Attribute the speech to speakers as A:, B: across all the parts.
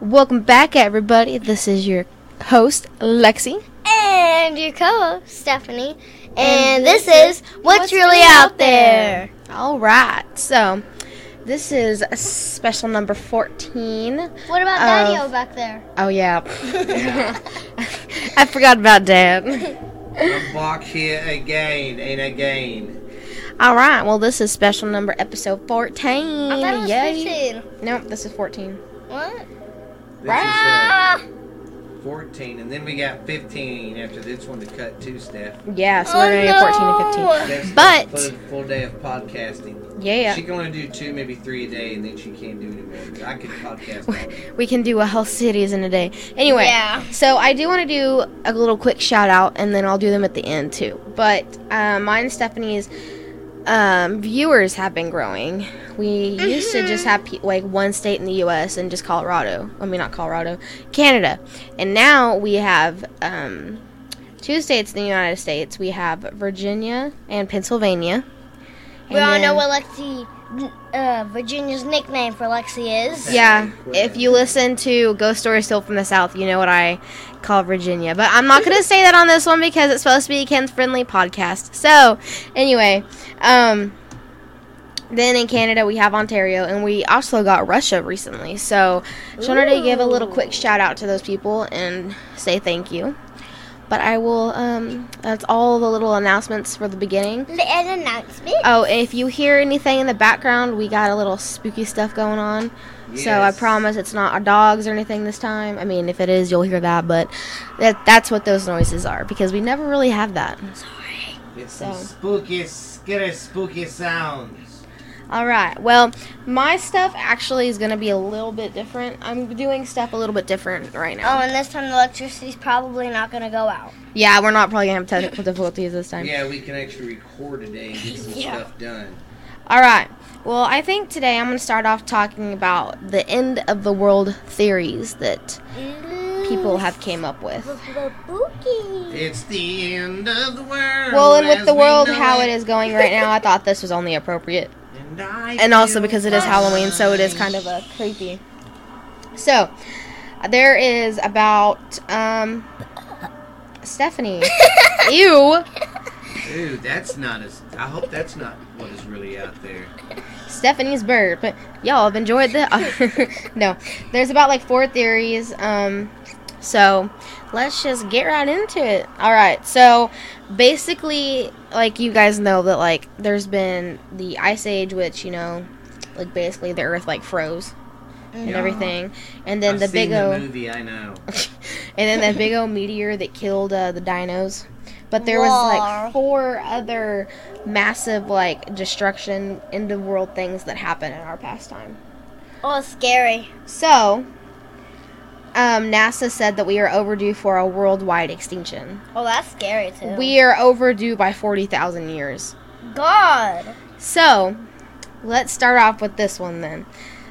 A: Welcome back, everybody. This is your host, Lexi.
B: And your co-host, Stephanie. And, this, is What's, Really Out There.
A: All right, so this is special number 14.
B: What about
A: Of-
B: Daddy-O back there?
A: Oh, yeah. I forgot about Dad.
C: I'm back here again and again.
A: All right, well, this is special number episode 14.
B: I thought it was
A: Yay.
B: 15.
A: Nope, this is 14.
B: What?
C: This
B: Ah!
C: is uh, 14, and then we got 15 after this one to cut two, Steph.
A: Yeah, so
B: Oh,
A: we're going to get 14 and 15.
B: no.
C: Steph's
A: But-
C: got a full, full day of podcasting.
A: Yeah.
C: She can only do two, maybe three a day, and then she can't do anymore. I could podcast. all day.
A: we can do a whole cities in a day. Anyway,
B: Yeah.
A: so I do want to do a little quick shout out, and then I'll do them at the end too. But uh, mine and Stephanie's um, viewers have been growing. We used to
B: Mm-hmm.
A: just have pe- like one state in the U.S. and just Colorado. I mean, not Colorado, Canada, and now we have. Um, Two states in the United States. We have Virginia and Pennsylvania.
B: We all
A: And
B: know
A: then-
B: what Lexi, uh, Virginia's nickname for Lexi is.
A: Yeah, if you listen to Ghost Stories Still from the South, you know what I call Virginia. But I'm not going to say that on this one because it's supposed to be a Ken's friendly podcast. So, anyway, um, then in Canada, we have Ontario, and we also got Russia recently. So, just wanted to give a little quick shout out to those people and say thank you. But I will, um, that's all the little announcements for the beginning.
B: An announcement.
A: Oh, if you hear anything in the background, we got a little spooky stuff going on. So I
C: Yes.
A: promise it's not our dogs or anything this time. I mean, if it is, you'll hear that, but that that's what those noises are because we never really have that.
C: It's
A: So.
C: some spooky, scary, spooky sounds.
A: All right. Well, my stuff actually is going to be a little bit different. I'm doing stuff a little bit different right
B: Oh,
A: now.
B: and this time the electricity's probably not going to go out.
A: Yeah, we're not probably going to have technical difficulties this time.
C: Yeah, we can actually record today and get some
B: Yeah.
C: stuff done.
A: All right. Well, I think today I'm going to start off talking about the end of the world theories that people have came up with.
B: Spooky.
C: It's the end of the world.
A: Well, and with
C: as
A: the
C: we
A: world
C: know
A: how it is going right now, I thought this was only appropriate.
C: And, I
A: And also
C: feel
A: because it is Halloween, so it is
C: fine.
A: kind of a creepy. So, there is about um Stephanie. Ew.
C: Ooh, that's not as. I hope that's not what is really out there.
A: Stephanie's bird. But y'all have enjoyed the No. There's about like four theories. Um so let's just get right into it. All right. So basically like you guys know that like there's been the ice age which, you know, like basically the earth like froze and
C: Yeah.
A: everything. And then
C: I've
A: the
C: seen
A: big uh, O
C: the movie. I know.
A: and then that big old meteor that killed uh, the dinos. But there was
B: Wow.
A: like four other massive like destruction end of world things that happened in our past time.
B: Oh, scary.
A: So, um, NASA said that we are overdue for a worldwide extinction.
B: Oh, that's scary too.
A: We are overdue by forty thousand years.
B: God.
A: So, let's start off with this one then.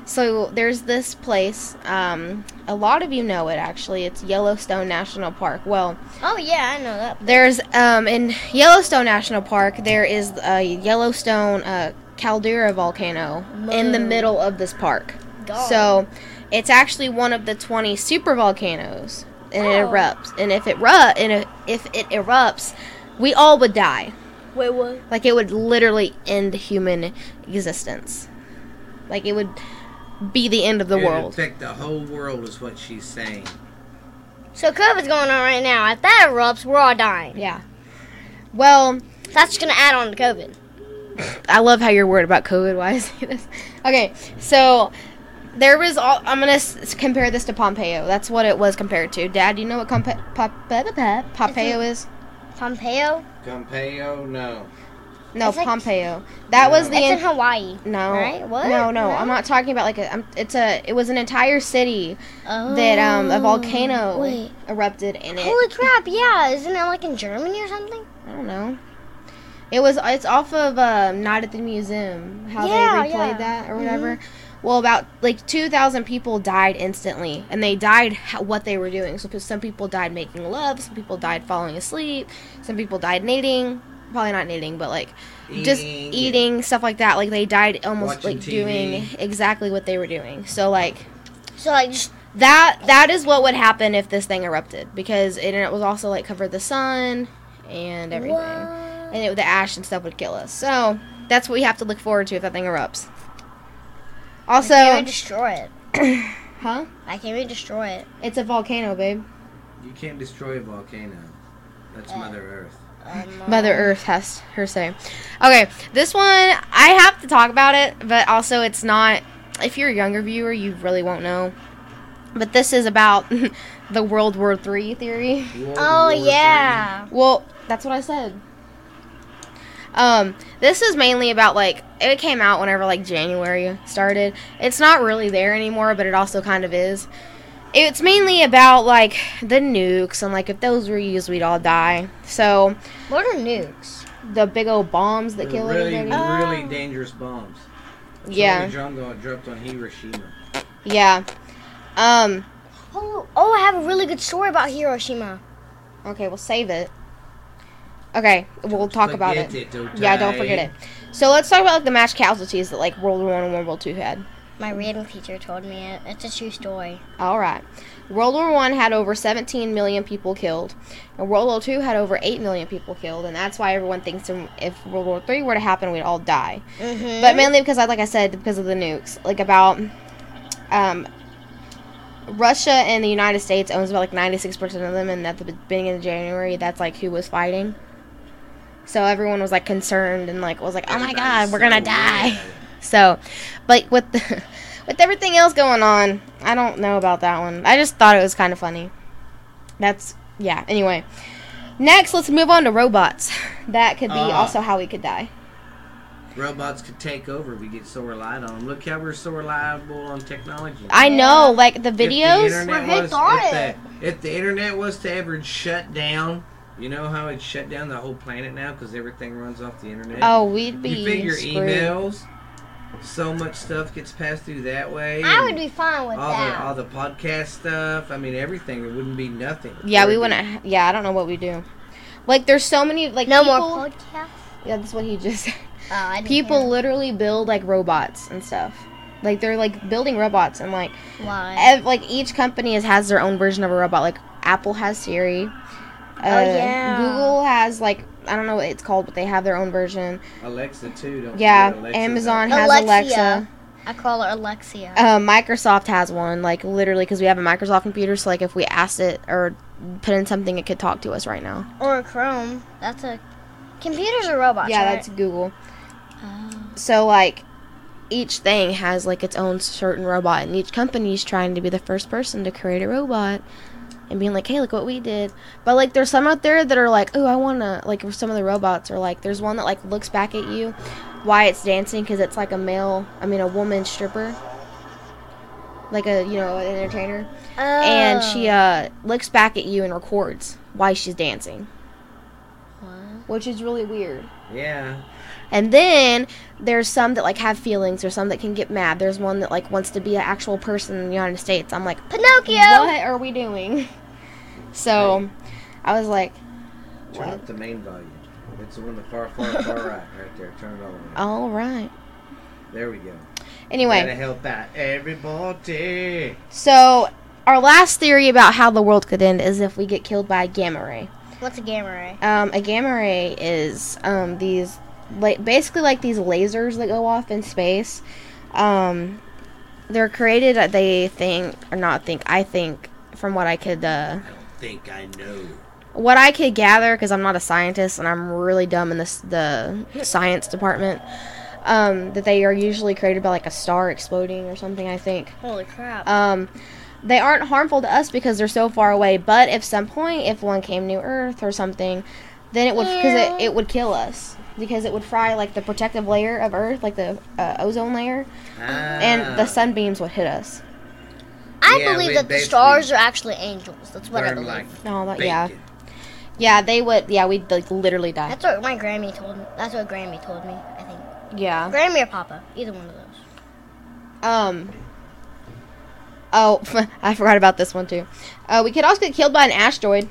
A: So there's this place. Um, a lot of you know it actually. It's Yellowstone National Park. Well,
B: Oh yeah, I know that.
A: There's um in Yellowstone National Park there is a Yellowstone uh, caldera volcano in the
B: Whoa.
A: middle of this park.
B: God.
A: So it's actually one of the 20 super volcanoes and it
B: Oh.
A: erupts. And if it ru- and if- if it erupts, we all would die.
B: Wait, what?
A: Like it would literally end human existence. Like it would be the end of the
C: It would
A: world.
C: affect the whole world is what she's saying.
B: So COVID's going on right now. If that erupts, we're all dying.
A: yeah. Well,
B: That's gonna add on to COVID.
A: I love how you're worried about COVID. Why I say this? Okay, so there was all. I'm gonna s- compare this to Pompeo. That's what it was compared to. Dad, do you know what Compa- Pop- pa- pa- pa- Pompeo is?
B: Pompeo.
C: Pompeo, no.
A: No,
B: It's like-
A: Pompeo. That was the
B: That's in
A: end.
B: Hawaii.
A: No,
B: right? What?
A: no, no.
B: No?
A: I'm not talking about like a. I'm, it's a. It was an entire city
B: Oh.
A: that um a volcano
B: Wait.
A: erupted and it.
B: Holy crap! Yeah, isn't it like in Germany or something?
A: I don't know. It was it's off of uh, Night at the Museum how
B: Yeah,
A: they replayed
B: yeah.
A: that or whatever. Well, about like two thousand people died instantly, and they died ho- what they were doing. So some people died making love, some people died falling asleep, some people died knitting, probably not knitting, but like just
C: Eating.
A: eating stuff like that. Like they died almost
C: Watching
A: like doing
C: TV.
A: exactly what they were doing. So like
B: So like just
A: that that is what would happen if this thing erupted because it, and it was also like covered the sun and everything, and it, the ash and stuff would kill us. So that's what we have to look forward to if that thing erupts. Also,
B: Can't we destroy it?
A: huh?
B: Why can't we destroy it?
A: It's a volcano, babe.
C: You can't destroy a volcano. That's Mother Earth.
B: Um, uh,
A: Mother Earth has her say. Okay, this one I have to talk about it, but also it's not. If you're a younger viewer, you really won't know. But this is about the World War Three theory.
C: World
B: Oh
C: War
B: yeah.
A: Well, that's what I said. Um, this is mainly about like it came out whenever like January started. It's not really there anymore, but it also kind of is. It's mainly about like the nukes and like if those were used, we'd all die. So
B: What are nukes?
A: the big old bombs that
C: They're
A: kill
C: really,
A: everybody.
B: Oh.
C: really dangerous bombs. That's
A: Yeah.
C: why the Drum got dropped on Hiroshima.
A: Yeah. Um.
B: Oh, oh, I have a really good story about Hiroshima.
A: Okay, we'll save it. Okay, we'll talk about it.
C: Forget don't
A: Yeah, don't
C: I?
A: forget it. So let's talk about like the mass casualties that like World War One and World War Two had.
B: My reading teacher told me it. It's a true story.
A: All right. World War One had over 17 million people killed, and World War Two had over 8 million people killed, and that's why everyone thinks if World War Three were to happen, we'd all die.
B: Mm-hmm.
A: But mainly because, like I said, because of the nukes. Like about, um, Russia and the United States owns about like 96% of them, and at the beginning of January, that's like who was fighting. So everyone was like concerned and like was like, oh my god,
C: Everybody's
A: we're gonna
C: so
A: die.
C: weird.
A: So, but with the, with everything else going on, I don't know about that one. I just thought it was kind of funny. That's yeah. Anyway, next let's move on to robots. That could be
C: Ah.
A: also how we could die.
C: Robots could take over if we get so reliant on them. Look how we're so reliable on technology.
A: I know,
B: Yeah.
A: like the videos.
C: If the
B: Well,
C: internet,
B: hey,
C: was,
B: darn
C: if, the, if the internet was to ever shut down, you know how it shut down the whole planet now because everything runs off the internet.
A: oh, we'd be
C: you figure
A: screwed.
C: emails. So much stuff gets passed through that way.
B: I would
C: and
B: be fine with
C: all the all
B: that.
C: the podcast stuff. I mean, everything. It wouldn't be nothing.
A: Yeah,
C: It
A: we
C: would
A: wouldn't. ha- Yeah, I don't know what we do. Like, there's so many like
B: no
A: people,
B: more podcasts.
A: Yeah, that's what he just. said.
B: Oh, I didn't
A: People
B: hear.
A: literally build like robots and stuff. Like they're like building robots and like
B: Why?
A: ev- like each company is, has their own version of a robot. Like Apple has Siri. Uh,
B: Oh, yeah.
A: Google has like I don't know what it's called, but they have their own version.
C: be- Alexa too. Don't
A: Yeah,
C: forget Alexa's
A: Amazon
C: out.
A: has Alexa.
B: Alexia. I call her Alexia.
A: Uh, Microsoft has one, like literally, because we have a Microsoft computer. So like, if we asked it or put in something, it could talk to us right now.
B: or Chrome. That's a. Computers are robots.
A: yeah,
B: right?
A: that's Google.
B: Oh.
A: So like, each thing has like its own certain robot, and each company's trying to be the first person to create a robot. And being like, hey, look what we did. But like, there's some out there that are like, oh, I wanna like. Some of the robots are like, there's one that like looks back at you, why it's dancing, because it's like a male, I mean, a woman stripper, like a you know an entertainer.
B: Oh.
A: and
B: Ah.
A: she uh, looks back at you and records why she's dancing,
B: What?
A: which is really weird.
C: Yeah.
A: And then there's some that like have feelings, or some that can get mad. There's one that like wants to be an actual person in the United States. I'm like,
B: Pinocchio.
A: what are we doing? So, I was like,
C: Turn up the main volume. It's the one the far, far, far right, right there. Turn it all the way.
A: all right.
C: There we go. Gotta
A: Oh. Anyway,
C: help out everybody.
A: so our last theory about how the world could end is if we get killed by a gamma ray.
B: What's a gamma ray?
A: Um, a gamma ray is um, these, like, basically like these lasers that go off in space. Um, they're created. uh, They think, or not think. I think from what I could, uh,
C: I don't think I know.
A: what I could gather, because I'm not a scientist and I'm really dumb in this the science department. Um, that they are usually created by like a star exploding or something. I think.
B: Holy crap.
A: Um, they aren't harmful to us because they're so far away. But if some point, if one came to Earth or something, then it would because it, it would kill us because it would fry like the protective layer of Earth, like the uh, ozone layer,
C: Ah,
A: and the sunbeams would hit us.
B: I
C: Yeah,
B: believe
C: we
B: that the
C: basically
B: stars are actually angels. That's what I
C: Burn
B: believe.
C: like
A: Oh, that, yeah,
C: bacon.
A: yeah, they would. Yeah, we'd like literally die.
B: That's what my Grammy told me. That's what Grammy told me, I think.
A: Yeah.
B: Grammy or Papa, either one of those.
A: Um. Oh, I forgot about this one too. Uh, we could also get killed by an asteroid,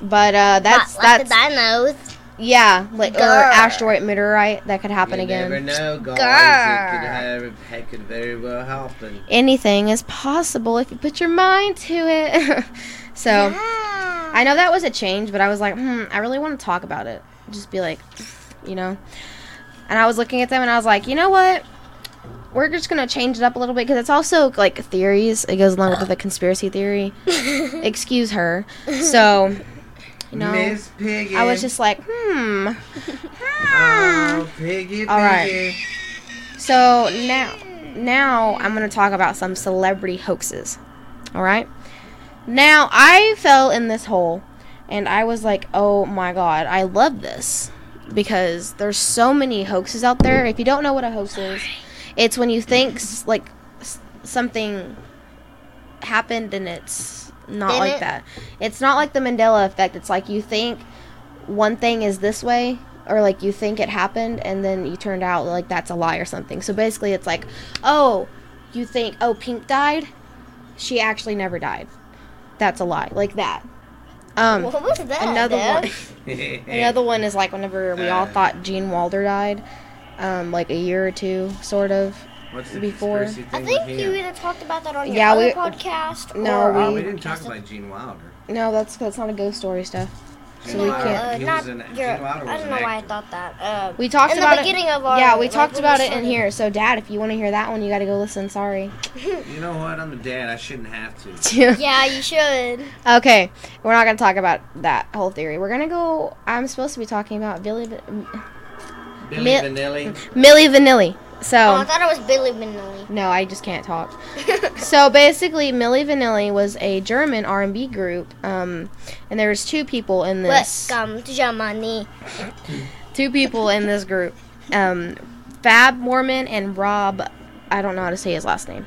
A: but uh, that's
B: Not like
A: that's
B: the dinos.
A: Yeah, like or
B: Grr.
A: asteroid, meteorite that could happen
C: you
A: again.
C: never know, guys. It could,
B: Grr.
C: have, it could very well happen.
A: Anything is possible if you put your mind to it. so I know that was a change, but I was like, hmm, I really want to talk about it. Just be like, you know. And I was looking at them and I was like, you know what? We're just gonna change it up a little bit because it's also like theories. It goes along with the conspiracy theory. Excuse her. So, you know,
C: Miss Piggy.
A: I was just like, hmm.
C: Oh, Piggy,
A: All right.
C: Piggy.
A: So now, now I'm gonna talk about some celebrity hoaxes. All right. Now I fell in this hole, and I was like, "Oh my god, I love this," because there's so many hoaxes out there. If you don't know what a hoax is, it's when you think s- like s- something happened and it's not
B: Did
A: like
B: it?
A: that. It's not like the Mandela effect. It's like you think one thing is this way or like you think it happened and then you turned out like that's a lie or something. So basically it's like, "Oh, you think oh Pink died? She actually never died." That's a lie. Like that. Um
B: What was that?
A: another
B: Dad?
A: one. Another one is like whenever we all
C: Uh.
A: thought Gene Wilder died, um, like a year or two, sort of.
C: What's the
A: before.
C: conspiracy
B: I
C: thing
B: think
C: with
B: you
C: him?
B: either talked about that on your
A: Yeah,
B: other
A: we-
B: podcast.
A: no,
B: or,
C: Oh,
B: um,
C: we didn't talk
B: podcast.
C: about Gene Wilder.
A: No, that's that's not a ghost story stuff.
C: Gene
A: we
B: no,
C: Wilder,
A: can't-
B: uh,
C: he
B: not
C: was an,
B: your,
C: Gene Wilder was
B: I don't
C: an
B: know why I
C: actor.
B: thought that. Uh,
A: We talked
B: in
A: about
B: the beginning
A: it.
B: of our
A: yeah, we
B: like,
A: talked
B: when
A: about it in
B: started.
A: here. So, Dad, if you want to hear that one, you got to go listen. Sorry.
C: You know what? I'm a dad. I shouldn't have to.
B: Yeah, you should.
A: Okay, we're not gonna talk about that whole theory. We're gonna go. I'm supposed to be talking about Billy Va-
C: Billy
A: Mi-
C: Vanilli.
A: Millie Vanilli.
B: Oh, I
A: So
B: thought it was Billy Vanilli.
A: no, I just can't talk. so basically, Millie Vanilli was a German R&B group, um, and there was two people in this.
B: Welcome to Germany.
A: two people in this group um, Fab Mormon and Rob. I don't know how to say his last name.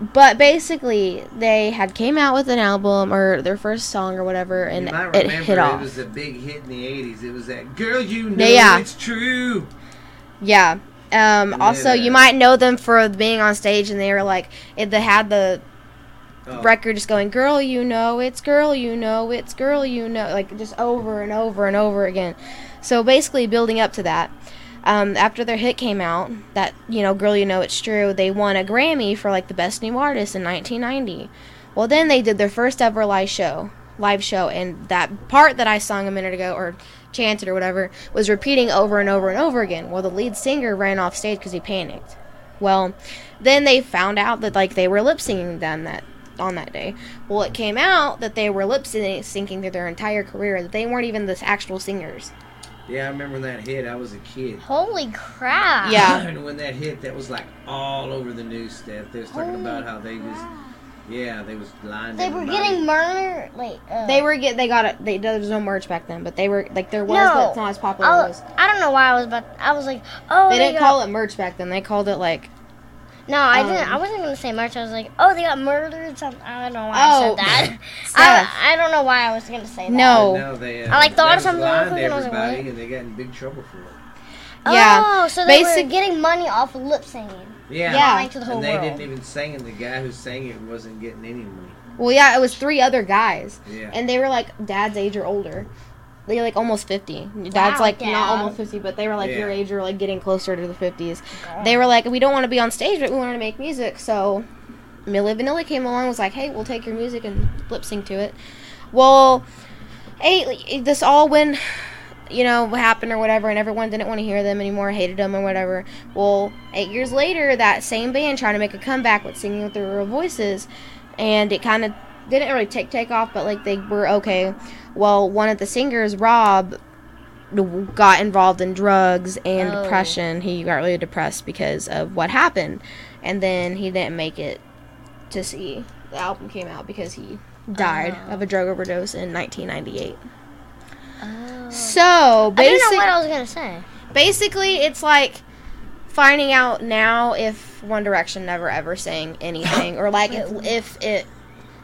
A: But basically, they had came out with an album or their first song or whatever, and
C: you might
A: it
C: remember
A: hit off.
C: it was a big hit in the 80s. It was that girl, you know
A: Yeah.
C: it's true. Oh,
A: yeah. Um, also,
C: Yeah.
A: you might know them for being on stage, and they were like, it, they had the
C: Oh,
A: record just going, "Girl, you know it's girl, you know it's girl, you know," like just over and over and over again. So basically, building up to that. Um, after their hit came out, that you know, "Girl, you know it's true," they won a Grammy for like the best new artist in 1990. Well, then they did their first ever live show, live show, and that part that I sung a minute ago or chanted or whatever was repeating over and over and over again. Well, the lead singer ran off stage because he panicked. Well, then they found out that like they were lip syncing them that on that day. Well, it came out that they were lip syncing through their entire career that they weren't even the actual singers.
C: Yeah, I remember when that hit. I was a kid.
B: Holy crap.
A: Yeah.
C: and when that hit, that was like all over the news stuff. They was talking
B: Holy
C: about how they was, yeah, they was blind.
B: They were getting murdered. Like, uh,
A: They were get they got it. They there was no merch back then, but they were like there was,
B: No.
A: but it's not as popular.
B: I,
A: as
B: was- oh, I don't know why I was about. I was like, oh,
A: They didn't
B: got,
A: call it merch back then. They called it like
B: No, I didn't.
A: um,
B: I wasn't gonna say much. I was like, oh, they got murdered. Something. I don't know why I
A: Oh,
B: said that.
A: stuff.
B: I, I don't know why I was gonna say that.
A: No.
C: No, they. Uh,
B: I, like, thought
C: they
B: of
C: was
B: something real
C: lying
B: quick
C: to
B: and I was like,
C: everybody,
B: what?
C: and they got in big trouble for it.
A: yeah.
B: Oh, so they
A: Basic-
B: were getting money off of lip singing.
C: Yeah.
A: Yeah.
B: Lying to the whole
C: and they
B: world.
C: didn't even sing, and the guy who sang it wasn't getting any money.
A: Well, yeah, it was three other guys,
C: Yeah.
A: and they were like dad's age or older. They were, like almost fifty. Dad's
B: Wow,
A: like
B: Dad.
A: not almost fifty, but they were like
C: Yeah.
A: your age or like getting closer to the fifties. They were like, we don't want to be on stage, but we want to make music. So Millie Vanilli came along, was like, hey, we'll take your music and lip sync to it. Well, hey, this all when you know happened or whatever, and everyone didn't want to hear them anymore, hated them or whatever. Well, eight years later, that same band tried to make a comeback with singing with their real voices, and it kind of didn't really take take off, but like they were okay. Well, one of the singers, Rob, w- got involved in drugs and
B: Oh.
A: depression. He got really depressed because of what happened, and then he didn't make it to see the album came out because he died
B: Oh.
A: of a drug overdose in 1998.
B: Oh.
A: So
B: I didn't
A: basically,
B: know what I was gonna say.
A: basically, it's like finding out now if One Direction never ever sang anything, or like if, if it.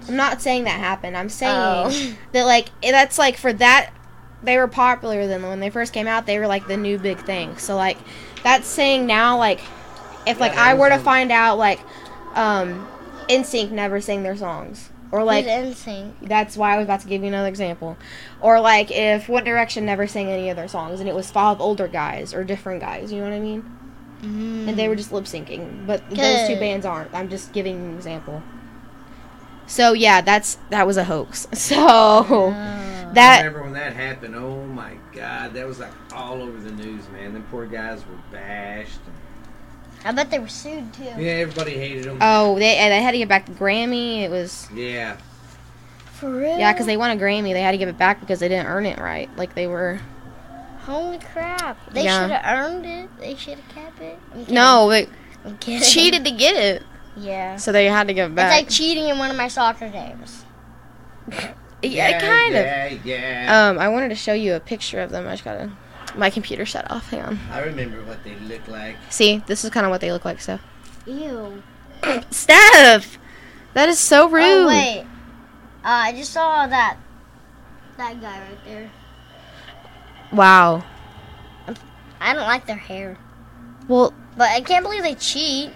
A: I'm not saying that happened. I'm saying
B: Oh.
A: that like it- that's like for that they were popular then when they first came out. They were like the new big thing. So like that's saying now like if like
C: Yeah,
A: I were to
C: that was, um,
A: find out like um NSYNC never sang their songs. Or like
B: NSYNC.
A: that's why I was about to give you another example. Or like if One Direction never sang any of their songs and it was five older guys or different guys, you know what I mean?
B: mm.
A: And they were just lip syncing. But those two
B: Mm-hmm. Good.
A: bands aren't. I'm just giving you an example. So yeah, that's that was a hoax. So
C: I
A: that
C: remember when that happened. Oh my God, that was like all over the news, man. Them poor guys were bashed.
B: I bet they were sued too.
C: Yeah, everybody hated them.
A: oh they and they had to get back the Grammy. It was
C: yeah,
B: For real?
A: yeah because they won a Grammy. They had to give it back because they didn't earn it right. Like they were
B: Holy crap! They
A: Yeah.
B: should have earned it. They should have kept it. I'm kidding.
A: no they
B: I'm kidding.
A: cheated to get it,
B: Yeah.
A: so they had to give it
B: It's
A: back.
B: like cheating in one of my soccer games.
A: yeah, kind of.
C: yeah, of. Yeah,
A: Um, I wanted to show you a picture of them. I just gotta. My computer shut off. Hang on.
C: I remember what they looked like.
A: See, this is kind of what they look like. So,
B: Ew.
A: Steph, that is so rude.
B: Oh wait. Uh, I just saw that that guy right there.
A: Wow.
B: I don't like their hair,
A: Well,
B: but I can't believe they cheat.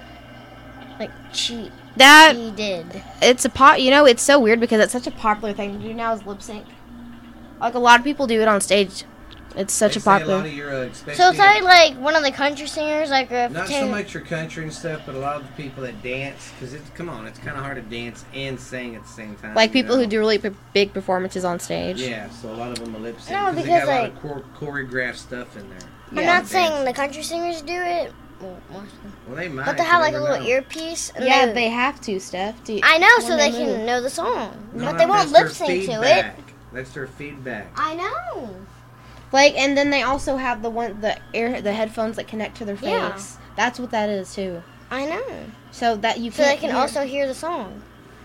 B: Like cheat.
A: that
B: He did.
A: it's a pot. You know, it's so weird because it's such a popular thing to do now is lip sync. Like a lot of people do it on stage. It's such
C: They
A: a
C: say A lot
A: popular.
C: of your, uh,
B: So it's
C: especially-
B: like, like one of the country singers, like a
C: Not so much your country and stuff, but a lot of the people that dance, because it's come on, it's kind of hard to dance and sing at the same time.
A: Like
C: you
A: people who
C: know?
A: do really p- big performances on stage.
C: Yeah, so a lot of them are lip sync.
B: No,
C: they
B: because,
C: got a lot of chor- choreographed stuff in there.
B: I'm
A: Yeah.
B: not saying the country singers do it, Well, most-
C: Well, they might.
B: but they
C: you
B: have like a
C: never
B: little
C: know.
B: earpiece. And
A: Yeah,
B: they,
A: they have to, Steph. Do you-
B: I know, so
A: when
B: they,
A: they
B: can
A: move.
B: know the song,
C: No,
B: but they won't
C: that's their
B: lip sync to it.
C: feedback. That's their feedback.
B: I know.
A: Like, and then they also have the one the air the headphones that connect to their face.
B: Yeah.
A: That's what that is too.
B: I know.
A: So that you
B: So they
A: can't
B: can
A: hear-
B: also hear the song,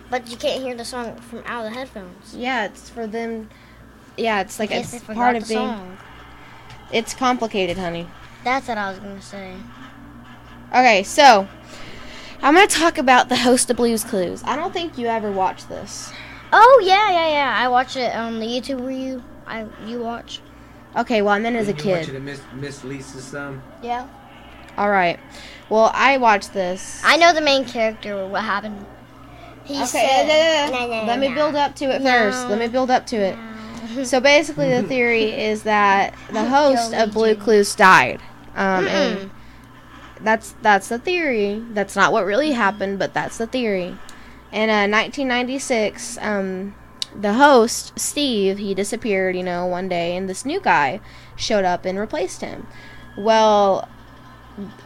B: but you can't hear the song from out of the headphones.
A: yeah, it's for them. Yeah, it's like
B: Yes,
A: it's
B: they forgot
A: part of
B: the
A: being.
B: song.
A: It's complicated, honey.
B: That's what I was gonna say.
A: Okay, so I'm gonna talk about the host of Blues Clues. I don't think you ever watched this.
B: Oh yeah, yeah, yeah. I watch it on the YouTube where you I you watch.
A: Okay, well, I'm in as a
C: Didn't you watch it
A: kid.
C: at Miss, Miss Lisa's some?
B: Yeah.
A: All right. Well, I watched this.
B: I know the main character. What happened? He
A: okay,
B: said.
A: uh,
B: "No, no, no,
A: let me
B: no."
A: build up to it
B: No.
A: first. Let me build up to it. So basically, the theory is that the host of Blue
B: Joey J.
A: Clues died, um,
B: Mm-mm.
A: and that's that's the theory. That's not what really happened, but that's the theory. In uh, 1996, um, the host Steve he disappeared, you know, one day, and this new guy showed up and replaced him. Well,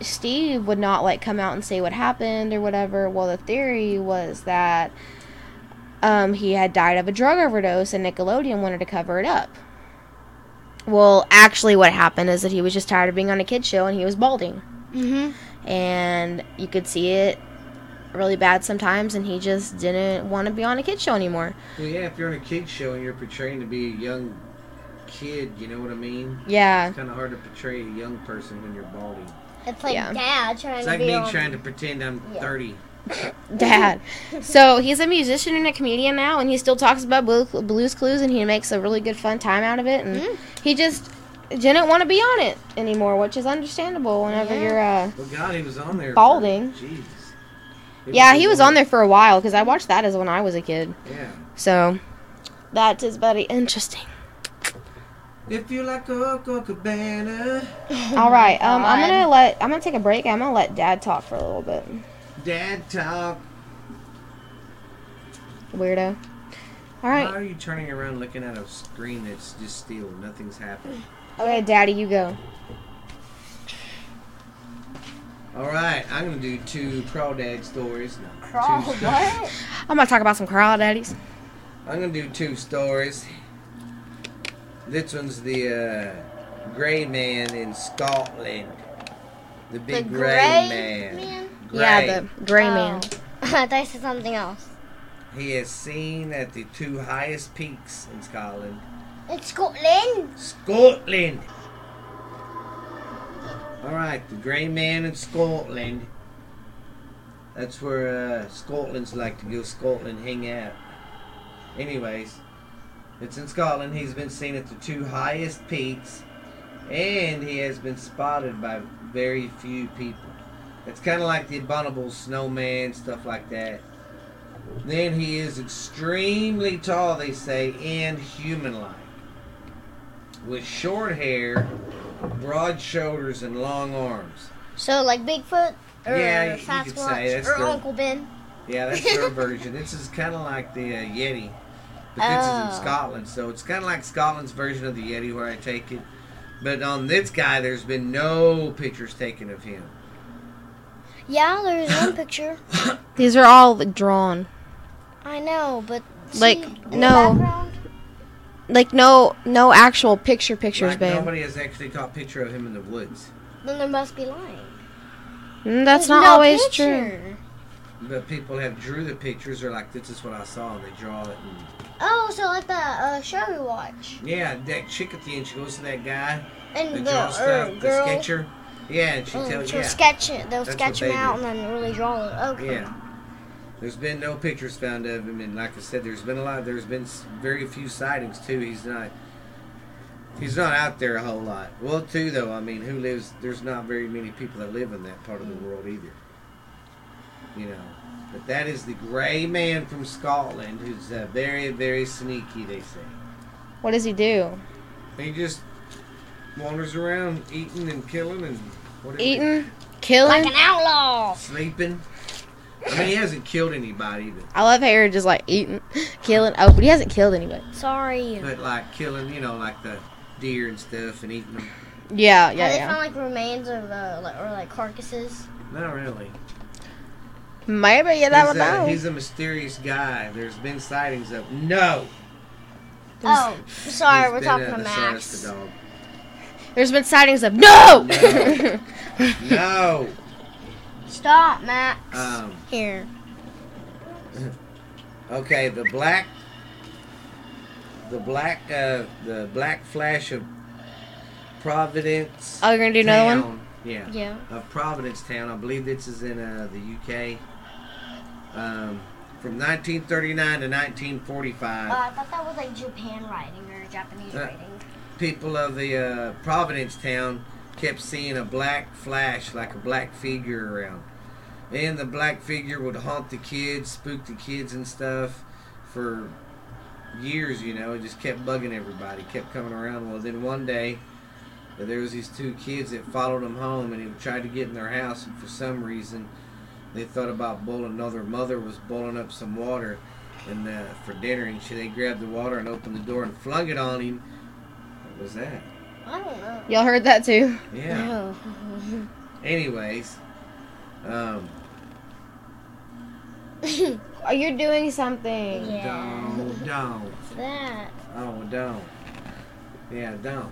A: Steve would not like come out and say what happened or whatever. Well, the theory was that um, he had died of a drug overdose and Nickelodeon wanted to cover it up. Well, actually, what happened is that he was just tired of being on a kid show and he was balding. Mm-hmm.
B: Mhm.
A: And you could see it really bad sometimes, and he just didn't want to be on a kid show anymore.
C: Well, yeah, if you're on a kids show and you're portraying to be a young kid, you know what I mean?
A: Yeah.
C: It's kind of hard to portray a young person when you're balding.
B: It's like
A: Yeah.
B: dad trying
C: It's
B: to
C: like
B: be
C: me
B: on.
C: trying to pretend I'm
B: Yeah.
C: 30.
A: dad. so he's a musician and a comedian now, and he still talks about Blue, Blues Clues, and he makes a really good fun time out of it. And
B: Mm.
A: he just didn't want to be on it anymore, which is understandable whenever
B: Yeah.
A: you're. Uh,
C: Well, God, he was on there. for-
A: Balding.
C: Jeez.
A: yeah, he was on there for a while because I watched that as when I was a kid.
C: Yeah.
A: So that is very interesting.
C: If you like Coco Cabana,
A: All right, um, I'm
B: God.
A: gonna let I'm gonna take a break. I'm gonna let Dad talk for a little bit.
C: Dad talk.
A: Weirdo. All
C: Why
A: right.
C: are you turning around looking at a screen that's just still nothing's happening?
A: Okay, Daddy, you go.
C: All right, I'm gonna do two crawdad stories. No, two
B: Crawl
C: stories.
B: what?
A: I'm gonna talk about some crawl daddies.
C: I'm gonna do two stories. This one's the uh, Gray Man in Scotland. The big
B: the
C: gray, man. Gray.
A: Yeah, the gray
B: Oh.
A: man.
B: I thought you said something else.
C: He is seen at the two highest peaks in Scotland.
B: It's Scotland.
C: Scotland. All right, the Grey Man in Scotland. That's where uh, Scotland's like to go. Scotland hang out. Anyways, it's in Scotland. He's been seen at the two highest peaks, and he has been spotted by very few people. It's kind of like the abominable snowman stuff like that. Then he is extremely tall, they say, and human like. With short hair, broad shoulders, and long arms.
B: So like Bigfoot or
C: Yeah, you- you could say
B: Sasquatch
C: that's
B: or
C: the-
B: Uncle Ben.
C: Yeah, that's their version. This is kind of like the uh, Yeti, but this is
B: Oh.
C: in Scotland, so it's kind of like Scotland's version of the Yeti, where I take it. But on this guy, there's been no pictures taken of him.
B: Yeah, there's one picture.
A: These are all drawn.
B: I know, but
A: Like,
B: see, in the
A: no.
B: background?
A: Like no no actual picture pictures,
C: like,
A: babe.
C: Nobody has actually caught picture of him in the woods.
B: Then they must be lying.
A: Mm, that's
B: There's
A: not
B: no
A: always true.
B: picture.
C: But people have drew the pictures. They're like, "This is what I saw," and they draw it. And
B: Oh, so like the uh, show we watch
C: Yeah, that chick at the end, she goes to that guy,
B: and
C: the
B: the,
C: draw
B: uh,
C: stuff, the
B: girl.
C: sketcher. Yeah, and she
B: mm,
C: tells
B: she'll
C: yeah,
B: sketch it. They'll
C: That's
B: sketch
C: what
B: him
C: they
B: out
C: do.
B: and then really draw it. Okay.
C: yeah. There's been no pictures found of him, and like I said, there's been a lot. There's been s- very few sightings too. He's not. He's not out there a whole lot. Well, too though. I mean, who lives? There's not very many people that live in that part of the world either. You know. But that is the gray man from Scotland, who's uh, very, very sneaky. They say.
A: What does he do?
C: He just wanders around eating and killing and whatever.
A: Eating,
B: Like
A: killing.
B: an outlaw.
C: Sleeping. I mean, he hasn't killed anybody, but,
A: I love how you're just like eating, killing. Oh, but he hasn't killed anybody.
B: Sorry.
C: but like killing, you know, like the deer and stuff and eating them.
A: Yeah,
B: Have
A: yeah,
B: they
A: yeah.
B: found like remains of uh, like, or like carcasses?
C: Not really.
A: Maybe you
C: He's
A: never
C: a,
A: know.
C: he's a mysterious guy. There's been sightings of. No!
B: Oh, sorry,
C: He's
B: we're
C: been,
B: talking
C: uh,
B: to
C: the
B: Max.
C: Sarasta dog.
A: There's been sightings of no.
C: No. No!
B: Stop, Max.
C: Um,
B: Here.
C: okay, the black. The black. Uh, the black flash of Providence.
A: oh, you're gonna do another one?
C: Town. Yeah.
B: Yeah.
C: of Providence Town. I believe this is in uh, the UK. Um, from 1939 to 1945,
B: Uh, I thought that was like Japan writing or Japanese
C: Uh,
B: writing.
C: people of the uh, Providence Town kept seeing a black flash, like a black figure around. And the black figure would haunt the kids, spook the kids and stuff for years, you know. It just kept bugging everybody, kept coming around. Well, then one day, there was these two kids that followed him home, and he tried to get in their house, and for some reason, they thought about boiling. No, their mother was boiling up some water, and uh, for dinner, and she they grabbed the water and opened the door and flung it on him. What was that?
B: I don't know.
A: Y'all heard that too?
C: Yeah. Anyways, um,
A: Oh, you're doing something.
B: Yeah.
C: don't, don't,
B: that.
C: oh, don't. Yeah, don't.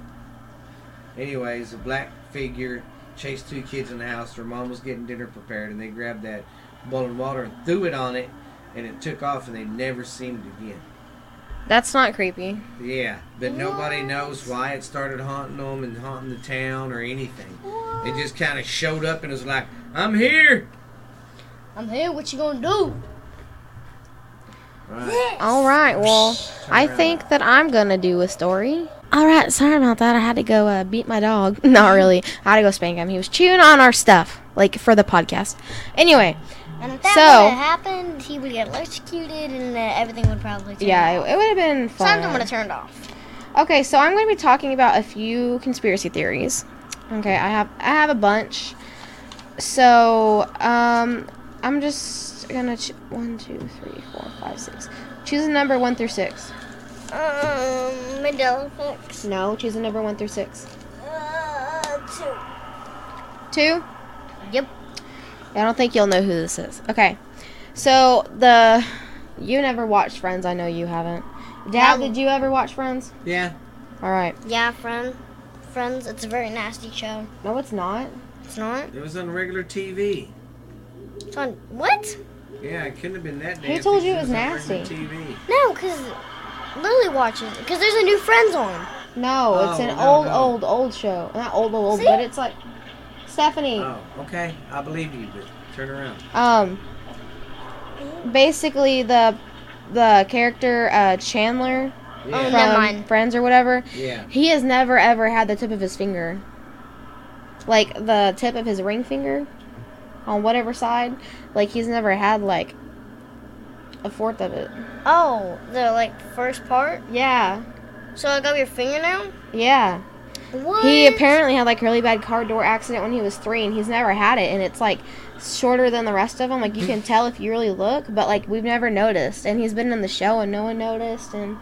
C: Anyways, a black figure chased two kids in the house. Their mom was getting dinner prepared, and they grabbed that boiling water and threw it on it, and it took off, and they never seen it again.
A: That's not creepy.
C: Yeah, but nobody
B: What?
C: knows why it started haunting them and haunting the town or anything. It just kind of showed up and was like, "I'm here."
B: I'm here. What you gonna do?
C: Right.
A: All right, well, I think that I'm gonna do a story. All right, sorry about that. I had to go uh, beat my dog. not really. I had to go spank him. He was chewing on our stuff, like for the podcast. Anyway,
B: And if that
A: So-
B: would have happened, he would get electrocuted, and uh, everything would probably. Turn
A: yeah,
B: Off.
A: it, it would have been fun.
B: Something would have turned off.
A: Okay, so I'm going to be talking about a few conspiracy theories. Okay, I have I have a bunch. So um, I'm just gonna ch- one, two, three, four, five, six. Choose a number one through six.
B: Um, Mandela effects.
A: No, choose a number one through six.
B: Uh, two.
A: Two.
B: Yep.
A: I don't think you'll know who this is. Okay, so the you never watched Friends. I know you haven't. Dad,
B: No.
A: did you ever watch Friends?
C: Yeah.
A: All right.
B: Yeah, friend. Friends, it's a very nasty show.
A: No, it's not.
B: It's not.
C: It was on regular TV.
B: It's on what?
C: Yeah, it couldn't have been that
A: Who
C: nasty.
A: told you it was
C: on regular
A: nasty?
C: TV.
B: No, cause Lily watches it. Cause there's a new Friends on.
A: No,
C: Oh,
A: it's an
C: no,
A: old,
C: no.
A: old, old show. Not old, old, old,
B: See?
A: but it's like Stephanie.
C: Oh, okay. I believe you, but turn around.
A: Um, basically the the character uh, Chandler
B: Oh, never
C: Yeah.
A: from
B: mind.
A: Friends or whatever,
C: Yeah.
A: he has never ever had the tip of his finger, like the tip of his ring finger, on whatever side. Like he's never had like a fourth of it.
B: Oh, the like first part.
A: Yeah.
B: So I got your fingernail.
A: Yeah.
B: What?
A: He apparently had like a really bad car door accident when he was three, and he's never had it. And it's like shorter than the rest of them. Like you can tell if you really look, but like we've never noticed. And he's been in the show, and no one noticed, and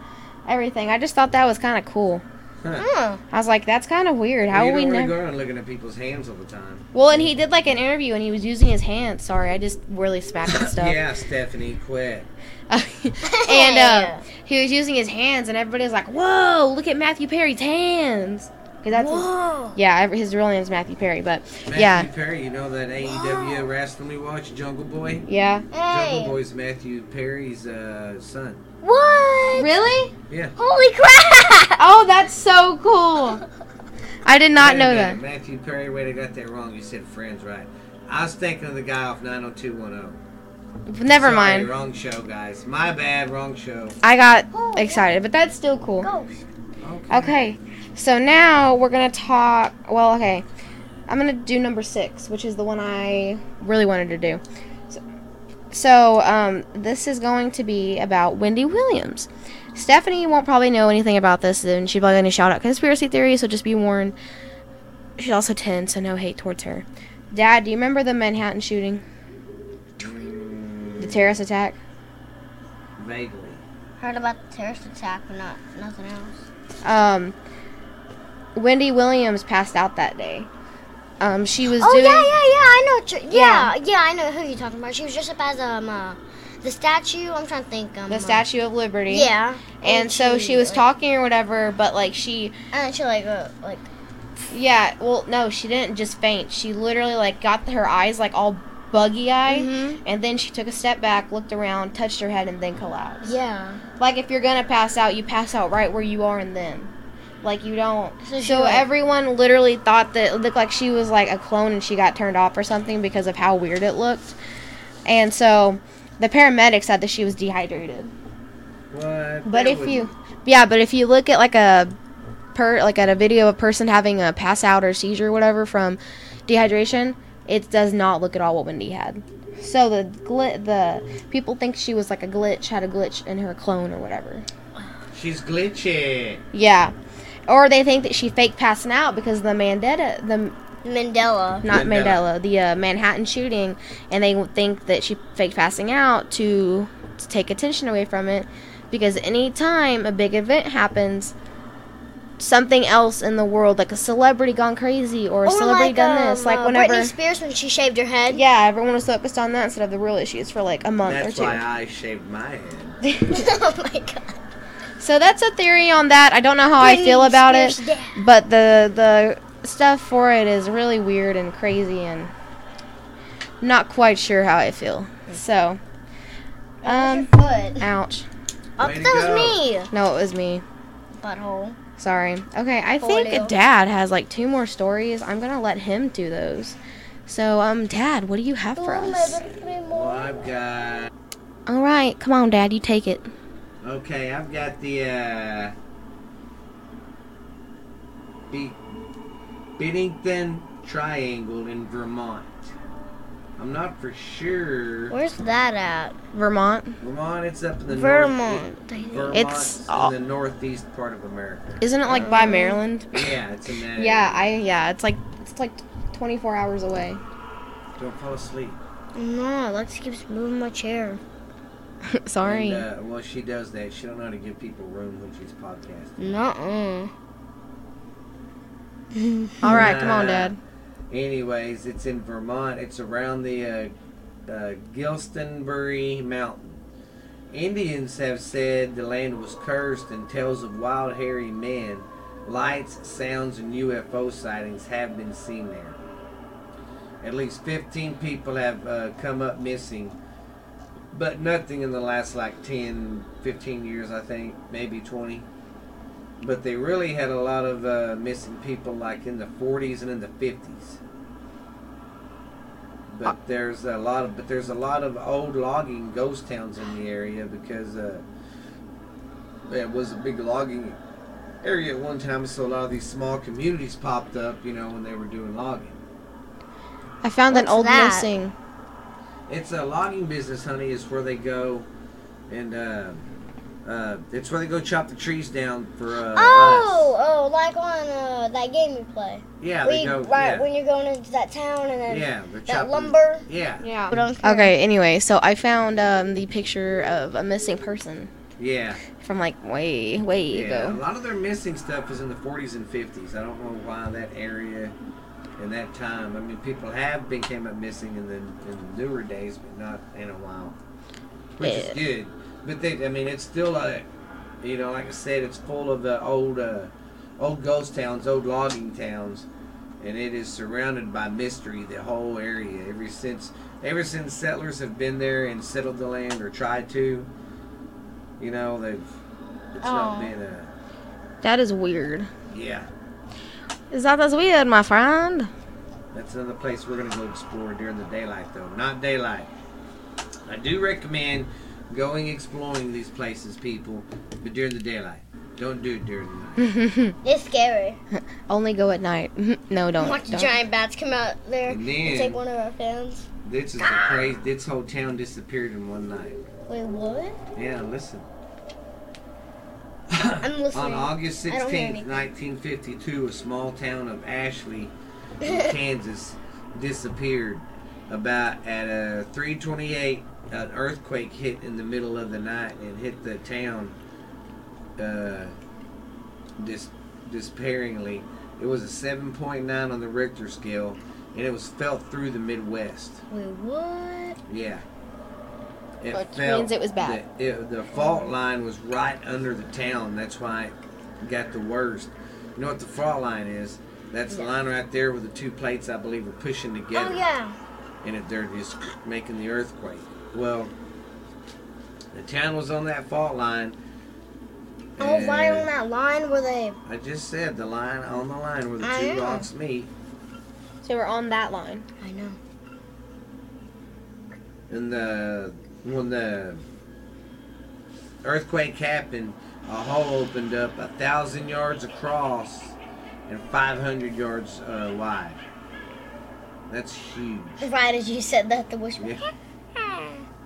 A: everything. I just thought that was kind of cool.
B: Huh.
A: I was like, that's kind of weird. How
C: you
A: would we
C: don't really
A: never?
C: go around looking at people's hands all the time.
A: Well, and he did like an interview, and he was using his hands. Sorry, I just really smacked at stuff.
C: Yeah, Stephanie, quit.
A: and uh, he was using his hands, and everybody was like, "Whoa, look at Matthew Perry's hands!" 'Cause that's his-
B: Whoa.
A: yeah, every- his real name's Matthew Perry, but
C: Matthew
A: yeah,
C: Perry, you know that AEW wrestler we watch, Jungle Boy?
A: yeah.
C: Jungle
B: Hey.
C: Boy's Matthew Perry's uh, son.
B: What?
A: Really?
C: Yeah.
B: Holy crap!
A: Oh, that's so cool. I did not
C: Wait a
A: know that.
C: minute, Matthew Perry, wait, I got that wrong. You said friends, right? I was thinking of the guy off 90210.
A: Never
C: Sorry,
A: mind.
C: Wrong show, guys. My bad, wrong show.
A: I got
B: Oh, yeah.
A: excited, but that's still cool.
B: Ghost.
A: Okay, so now we're gonna talk. Well, okay, I'm gonna do number six, which is the one I really wanted to do. So, so um, this is going to be about Wendy Williams. Stephanie won't probably know anything about this, and she's probably gonna shout out conspiracy theory. So just be warned. She's also ten, so no hate towards her. Dad, do you remember the Manhattan shooting, the terrorist attack?
C: Vaguely.
B: Heard about the terrorist attack, but not nothing else.
A: Um, Wendy Williams passed out that day. Um, she was
B: Oh
A: doing.
B: yeah, yeah, yeah. I know. what you're- yeah, yeah, I know who you're talking about. She was just up as um uh, the statue. I'm trying to think. Um,
A: the
B: uh,
A: Statue of Liberty.
B: Yeah.
A: And so she was
B: like-
A: talking or whatever, but like she,
B: And she like uh, like
A: yeah, well, no, she didn't just faint. She literally like got her eyes like all buggy eyed,
B: Mhm.
A: and then she took a step back, looked around, touched her head, and then collapsed.
B: yeah.
A: Like if you're gonna pass out, you pass out right where you are, and then, like you don't.
B: So
A: So,
B: she, like-
A: everyone literally thought that it looked like she was like a clone, and she got turned off or something because of how weird it looked. And so, the paramedics said that she was dehydrated.
C: What?
A: But
C: That
A: if
C: wouldn't-
A: you, yeah, but if you look at like a per like at a video of a person having a pass out or seizure or whatever from dehydration, it does not look at all what Wendy had. So the glit the people think she was like a glitch, had a glitch in her clone or whatever.
C: She's glitchy.
A: Yeah. Or they think that she faked passing out because the Mandela, the
B: Mandela.
A: not
C: Mandela.
A: Mandela, the uh, Manhattan shooting, and they think that she faked passing out to, to take attention away from it, because any time a big event happens, something else in the world, like a celebrity gone crazy
B: Oh
A: or a celebrity done this, like
B: uh,
A: whenever,
B: Britney Spears when she shaved her head.
A: yeah, everyone was focused on that instead of the real issues for like a month
C: That's
A: or two.
C: why I shaved my head.
B: oh my god.
A: so that's a theory on that. I don't know how I feel
B: Britney
A: about it,
B: Spears' death.
A: but the the stuff for it is really weird and crazy and not quite sure how I feel. So, um,
B: Foot.
A: ouch.
B: Oh,
C: Way to
B: that was
C: go.
B: me.
A: No, it was me.
B: Butthole.
A: Sorry. Okay, I
B: Poor
A: think
B: Leo.
A: Dad has like two more stories. I'm gonna let him do those. So, um, Dad, what do you have for us?
C: Well, I've got.
A: All right, come on, Dad, you take it.
C: Okay, I've got the. uh... Be- Bennington Triangle in Vermont. I'm not for sure.
B: Where's that at?
A: Vermont.
C: Vermont, it's up in the
B: Vermont.
C: North, Vermont's
A: It's all-
C: in the northeast part of America.
A: Isn't it like by Maryland?
C: Yeah, it's in that.
A: Um, Yeah, I yeah, it's like it's like 24 hours away.
C: I don't fall asleep.
B: No, Lex keeps moving my chair.
A: Sorry.
C: And, uh, well, she does that. She don't know how to give people room when she's podcasting.
B: Nuh-uh.
A: All right, come on,
C: Nah.
A: Dad.
C: Anyways, it's in Vermont. It's around the uh, uh, Gilstonbury Mountain. Indians have said the land was cursed, and tales of wild, hairy men, lights, sounds, and UFO sightings have been seen there. At least 15 people have uh, come up missing, but nothing in the last like 10, 15 years, I think, maybe 20. But they really had a lot of uh, missing people like in the 40s and in the 50s. But there's a lot of but there's a lot of old logging ghost towns in the area because uh, it was a big logging area at one time, so a lot of these small communities popped up, you know, when they were doing logging.
A: I found an
B: What's
A: old
B: that?
A: missing.
C: It's a logging business, honey. Is where they go and uh, uh, it's where they go chop the trees down for uh,
B: oh,
C: us.
B: oh, like on uh, that game you play.
C: Yeah,
B: Where
C: they
B: you-
C: go.
B: right
C: yeah,
B: when you're going into that town and then
C: yeah, they're
B: that
C: chopping-
B: lumber.
C: Yeah,
B: I
A: Yeah.
B: don't care.
A: Okay, anyway, so I found um, the picture of a missing person
C: yeah,
A: from like way, way
C: yeah. A
A: ago.
C: lot of their missing stuff was in the 40s and 50s. I don't know why that area and that time. I mean, people have been came up missing in the in newer days, but not in a while, which
A: Yeah.
C: is good. But they, I mean, it's still a, you know, like I said, it's full of the old, uh, old ghost towns, old logging towns, and it is surrounded by mystery. The whole area, ever since, ever since settlers have been there and settled the land or tried to, you know, they've, it's
B: Aw.
C: not been a,
A: That is weird.
C: yeah.
A: Is that as weird, my friend?
C: That's another place we're gonna go explore during the daylight, though. Not daylight. I do recommend going exploring these places, people, but during the daylight. Don't do it during the night.
B: It's scary.
A: Only go at night. no, don't.
B: Watch the
A: don't.
B: giant bats come out there
C: And
B: and,
C: then-
B: take one of our fans.
C: This is the crazy. This whole town disappeared in one night.
B: Wait, what?
C: Yeah, listen.
B: I'm listening.
C: On August
B: I don't hear
C: 16th,
B: anything.
C: 1952, a small town of Ashley, in Kansas, disappeared. About at uh 3:28, an earthquake hit in the middle of the night and hit the town. Uh, dis- despairingly, it was a 7.9 on the Richter scale, and it was felt through the Midwest.
B: Wait, what?
C: Yeah. It
A: Which
C: felt
A: means it was bad.
C: The, it- the fault line was right under the town. That's why it got the worst. You know what the fault line is? That's the
B: Yeah.
C: line right there where the two plates, I believe, are pushing together.
B: Oh yeah.
C: And it, they're just making the earthquake. Well, the town was on that fault line.
B: Oh, right on
C: and
B: that line where they.
C: I just said the line on the line where the
B: I
C: two
B: know.
C: rocks meet.
A: So we're on that line.
B: I know.
C: and the when the earthquake happened, a hole opened up a thousand yards across and 500 yards uh, wide. That's huge.
B: Right as you said that, the whisper.
C: Yeah.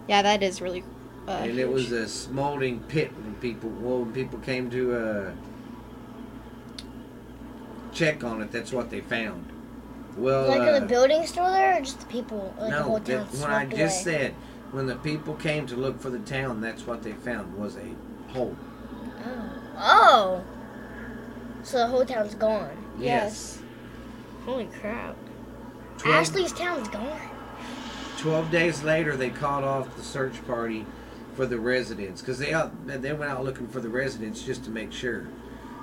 A: Yeah, that is really. Uh,
C: And it was a smoldering pit when people well, when people came to uh, check on it. That's what they found. Well,
B: Like are
C: uh,
B: the buildings still there, or just the people? Like the
C: no,
B: whole
C: that-
B: town
C: when I
B: swept
C: just
B: away?
C: said when the people came to look for the town, that's what they found was a hole.
B: Oh. oh. So the whole town's gone. Holy crap.
C: 12,
B: Ashley's town's gone.
C: 12 days later, they called off the search party for the residents because they out, they went out looking for the residents just to make sure.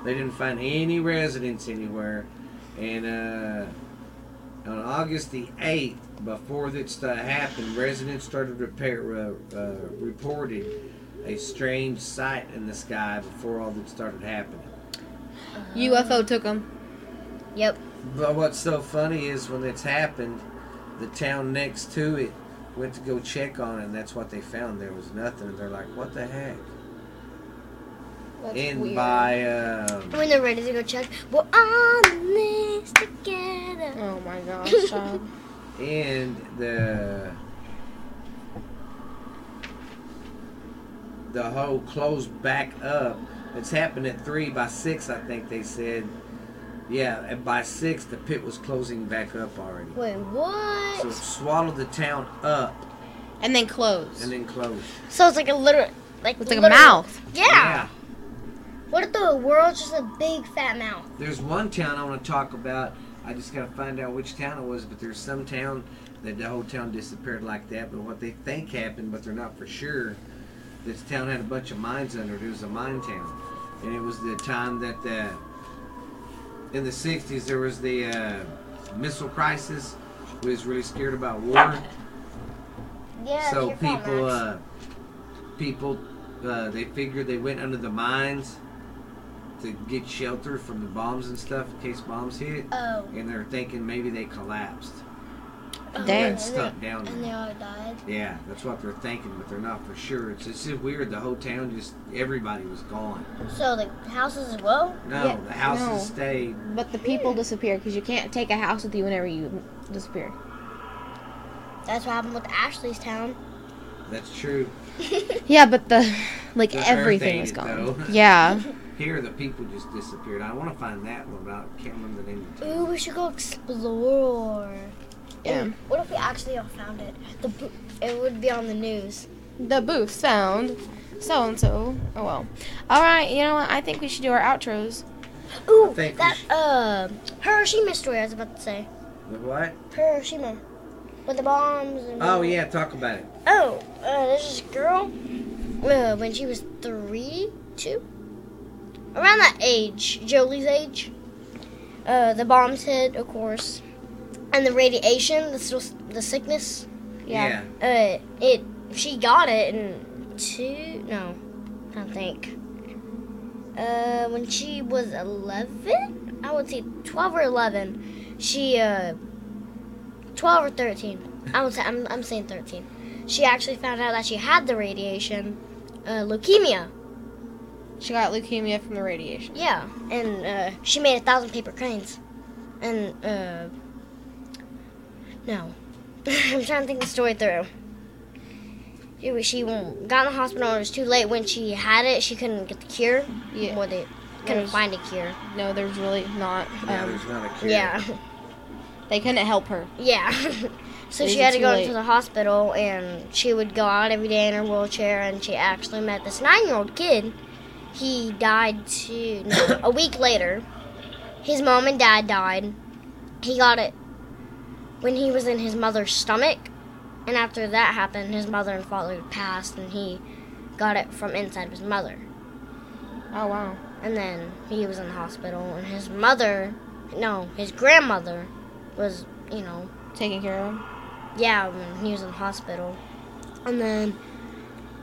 C: They didn't find any residents anywhere, and uh, on August the 8th, before this uh, happened, residents started repair, uh, uh, reported a strange sight in the sky before all that started happening.
A: UFO took them.
B: Yep.
C: But what's so funny is when it's happened, the town next to it went to go check on it, and that's what they found. There was nothing, and they're like, "What the heck?"
A: That's
C: and
A: weird.
C: by um,
B: When they're ready to go check, we're on this together.
A: Oh my gosh, child.
C: and the the hole closed back up. It's happened at three by six, I think they said. Yeah, and by six the pit was closing back up already.
B: Wait, what?
C: So it swallowed the town up
A: and then close.
C: and then closed.
B: So it's like a literal, like
A: it's like a
B: literal-
A: mouth.
B: Yeah. What if the world's just a big fat mouth?
C: There's one town I want to talk about. I just got to find out which town it was, but there's some town that the whole town disappeared like that. But what they think happened, but they're not for sure. This town had a bunch of mines under it. It was a mine town, and it was the time that the in the '60s there was the uh, missile crisis. We was really scared about war
B: Yeah.
C: so people uh, people uh, they figured they went under the mines to get shelter from the bombs and stuff in case bombs hit
B: oh.
C: and they're thinking maybe they collapsed
A: Dang.
C: got stuck down
B: And
C: there
B: they all died.
C: yeah that's what they're thinking but they're not for sure it's, it's just weird the whole town just everybody was gone
B: So the houses as well.
C: no
A: Yeah,
C: the houses
A: no.
C: stayed
A: But the people disappear because you can't take a house with you whenever you disappear.
B: That's what happened with Ashley's town.
C: That's true.
A: Yeah, but the like
C: The Earth
A: everything
C: ate
A: was
C: it,
A: gone.
C: though.
A: Yeah.
C: Here, the people just disappeared. I want to find that one, but I can't remember the name of the
B: Ooh,
C: town.
B: we should go explore.
A: Yeah.
B: Ooh, what if we actually all found it? The bo- it would be on the news.
A: the booth found so and so. Oh well. All right, you know what? I think we should do our outros.
B: Ooh,
C: think we
B: that
C: should-
B: uh, Hiroshima story. I was about to say
C: The what?
B: Hiroshima, with the bombs. And
C: Oh, yeah, talk about it.
B: Oh, uh, there's this girl uh, when she was three, two, around that age, Jolie's age. Uh, the bombs hit, of course, and the radiation, the s- the sickness.
A: Yeah.
B: Uh, it she got it in two. No, I don't think. Uh, when she was eleven, I would say twelve or eleven. She uh, twelve or thirteen. I would say I'm I'm saying thirteen. She actually found out that she had the radiation, uh, leukemia.
A: She got leukemia from the radiation.
B: Yeah, and uh, she made a thousand paper cranes, and uh, no, I'm trying to think the story through. She, wa- she got in the hospital. It was too late when she had it. She couldn't get the cure.
A: Yeah.
B: Well, they couldn't
A: There's-
B: find a cure.
A: No, there's really not. Um,
C: Yeah, there's not a cure.
B: Yeah,
A: They couldn't help her.
B: yeah. so
A: Is
B: she
A: it
B: had to
A: too
B: go
A: late?
B: into the hospital, and she would go out every day in her wheelchair. And she actually met this nine-year-old kid. He died two no, a week later. His mom and dad died. He got it when he was in his mother's stomach, and after that happened, his mother and father passed, and he got it from inside of his mother.
A: Oh wow.
B: And then he was in the hospital, and his mother, no, his grandmother, was, you know,
A: Taking care of him.
B: yeah, when he was in the hospital. And then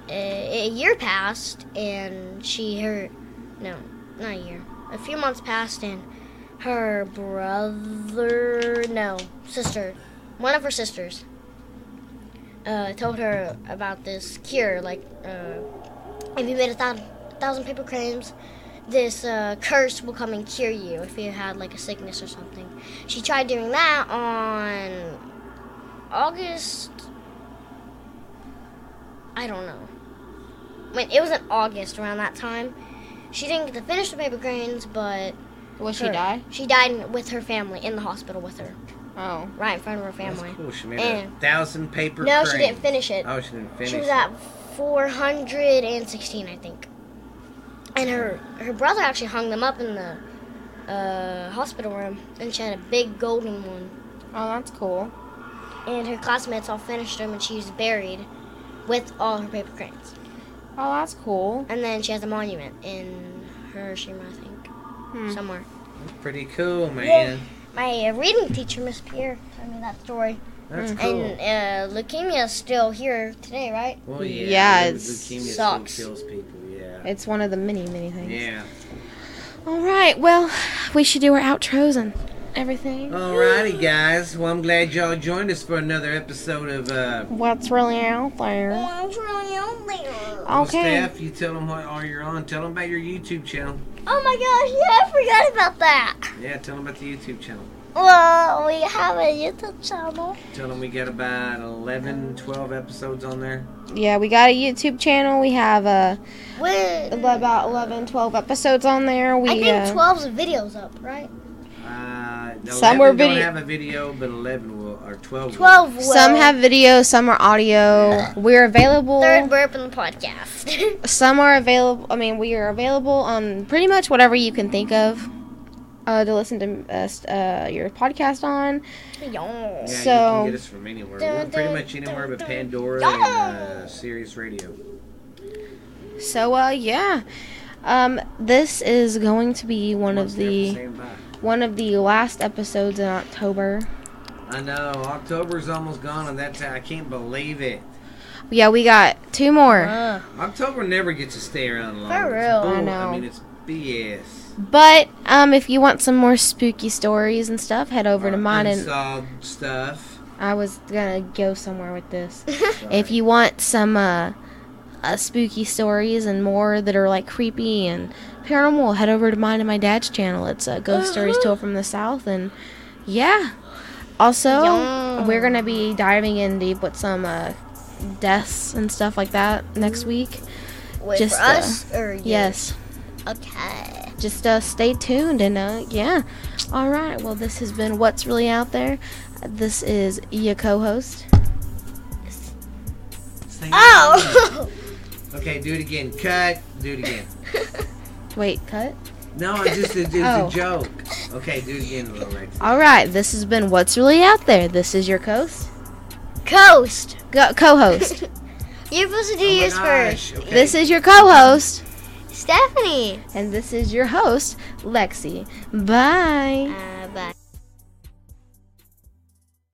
B: uh, a, a year passed, and she, her, no, not a year, a few months passed, and her brother, no, sister, one of her sisters, uh, told her about this cure. Like, uh, if you made a thousand, thousand paper cranes, this uh, curse will come and cure you if you had like a sickness or something. She tried doing that on August. I don't know. When it was in August around that time, she didn't get to finish the paper cranes, but
A: Will she
B: her-
A: die?
B: She died in- with her family in the hospital with her,
A: Oh.
B: right in front of her
C: That's
B: family.
C: cool. She made
B: And-
C: a thousand paper
B: No, she
C: cranes.
B: didn't finish it.
C: Oh, she didn't finish.
B: She was
C: it.
B: at 416, I think. And her her brother actually hung them up in the uh, hospital room, and she had a big golden one.
A: Oh, that's cool.
B: And her classmates all finished them, and she's buried with all her paper cranes.
A: Oh, that's cool.
B: And then she has a monument in Hiroshima, I think,
A: Hmm.
B: somewhere.
C: Pretty cool, man.
B: My uh, reading teacher, Miss Pierre, told me that story.
C: That's
A: Mm.
C: cool.
B: Mm-hmm. And uh, leukemia is still here today, right?
C: well, yeah.
A: Yeah,
C: I mean,
A: it
C: leukemia
B: sucks.
C: still kills people. Yeah.
A: It's one of the many, many things.
C: Yeah.
A: All right. Well, we should do our outros and everything.
C: Oh. Alrighty, guys. Well, I'm glad y'all joined us for another episode of. Uh,
A: What's really out there?
C: well,
A: Okay.
C: Steph, you tell them what are you're on. Tell them about your YouTube channel.
B: Oh my gosh, yeah, I forgot about that.
C: Yeah, tell them about the YouTube channel.
B: Well, we have a YouTube channel.
C: Tell them we got about 11, 12 episodes on there.
A: Yeah, we got a YouTube channel. We have uh,
B: With,
A: about 11, 12 episodes on there. We
B: I
A: uh,
B: think 12's videos up, right?
C: Uh, no,
A: Some were
C: 11 don't
A: vide-
C: have a video, but 11 will, or 12 will.
B: 12 will.
A: Some have video, some are audio. We're available.
B: Third burp in the podcast.
A: Some are available. I mean, we are available on pretty much whatever you can think of uh, to listen to us, uh, your podcast on.
B: Yawn.
C: Yeah, you
A: So-
C: can get us from anywhere. We're pretty much anywhere but Pandora and uh, Sirius Radio.
A: So, uh, yeah. Um, this is going to be one of
C: Most definitely
A: the
C: saying bye.
A: one of the last episodes in October.
C: I know October's almost gone, and that's I can't believe it.
A: Yeah, we got two more.
B: Uh,
C: October never gets to stay around long.
B: For
C: It's
B: real.
C: bull-
A: I know.
C: I mean, it's BS.
A: But um, if you want some more spooky stories and stuff, head over to
C: Our
A: mine. And
C: unsolved stuff.
A: I was gonna go somewhere with this. If you want some uh, uh, spooky stories and more that are like creepy and paranormal, head over to mine and my dad's channel. It's uh, Ghost Stories Told from the South, and yeah. Also,
B: Yum.
A: we're gonna be diving in deep with some uh, deaths and stuff like that next week.
B: Wait
A: Just,
B: for
A: uh,
B: us or you?
A: Yes.
B: Okay.
A: just uh, stay tuned and uh, yeah. All right. Well, this has been what's really out there. This is your co-host.
C: Sing it again.
B: Oh.
C: Okay, do it again. Cut. Do it again.
A: Wait, cut.
C: No, it's just it, it's
A: Oh.
C: a joke. Okay, do it again, little Rex.
A: All right. This has been what's really out there. This is your co-host.
B: Coast.
A: Go- co-host.
B: You're supposed to do
C: Oh my
B: yours
C: gosh,
B: first.
C: okay.
A: This is your co-host,
B: Stephanie.
A: and this is your host, Lexi. Bye.
B: Uh, bye.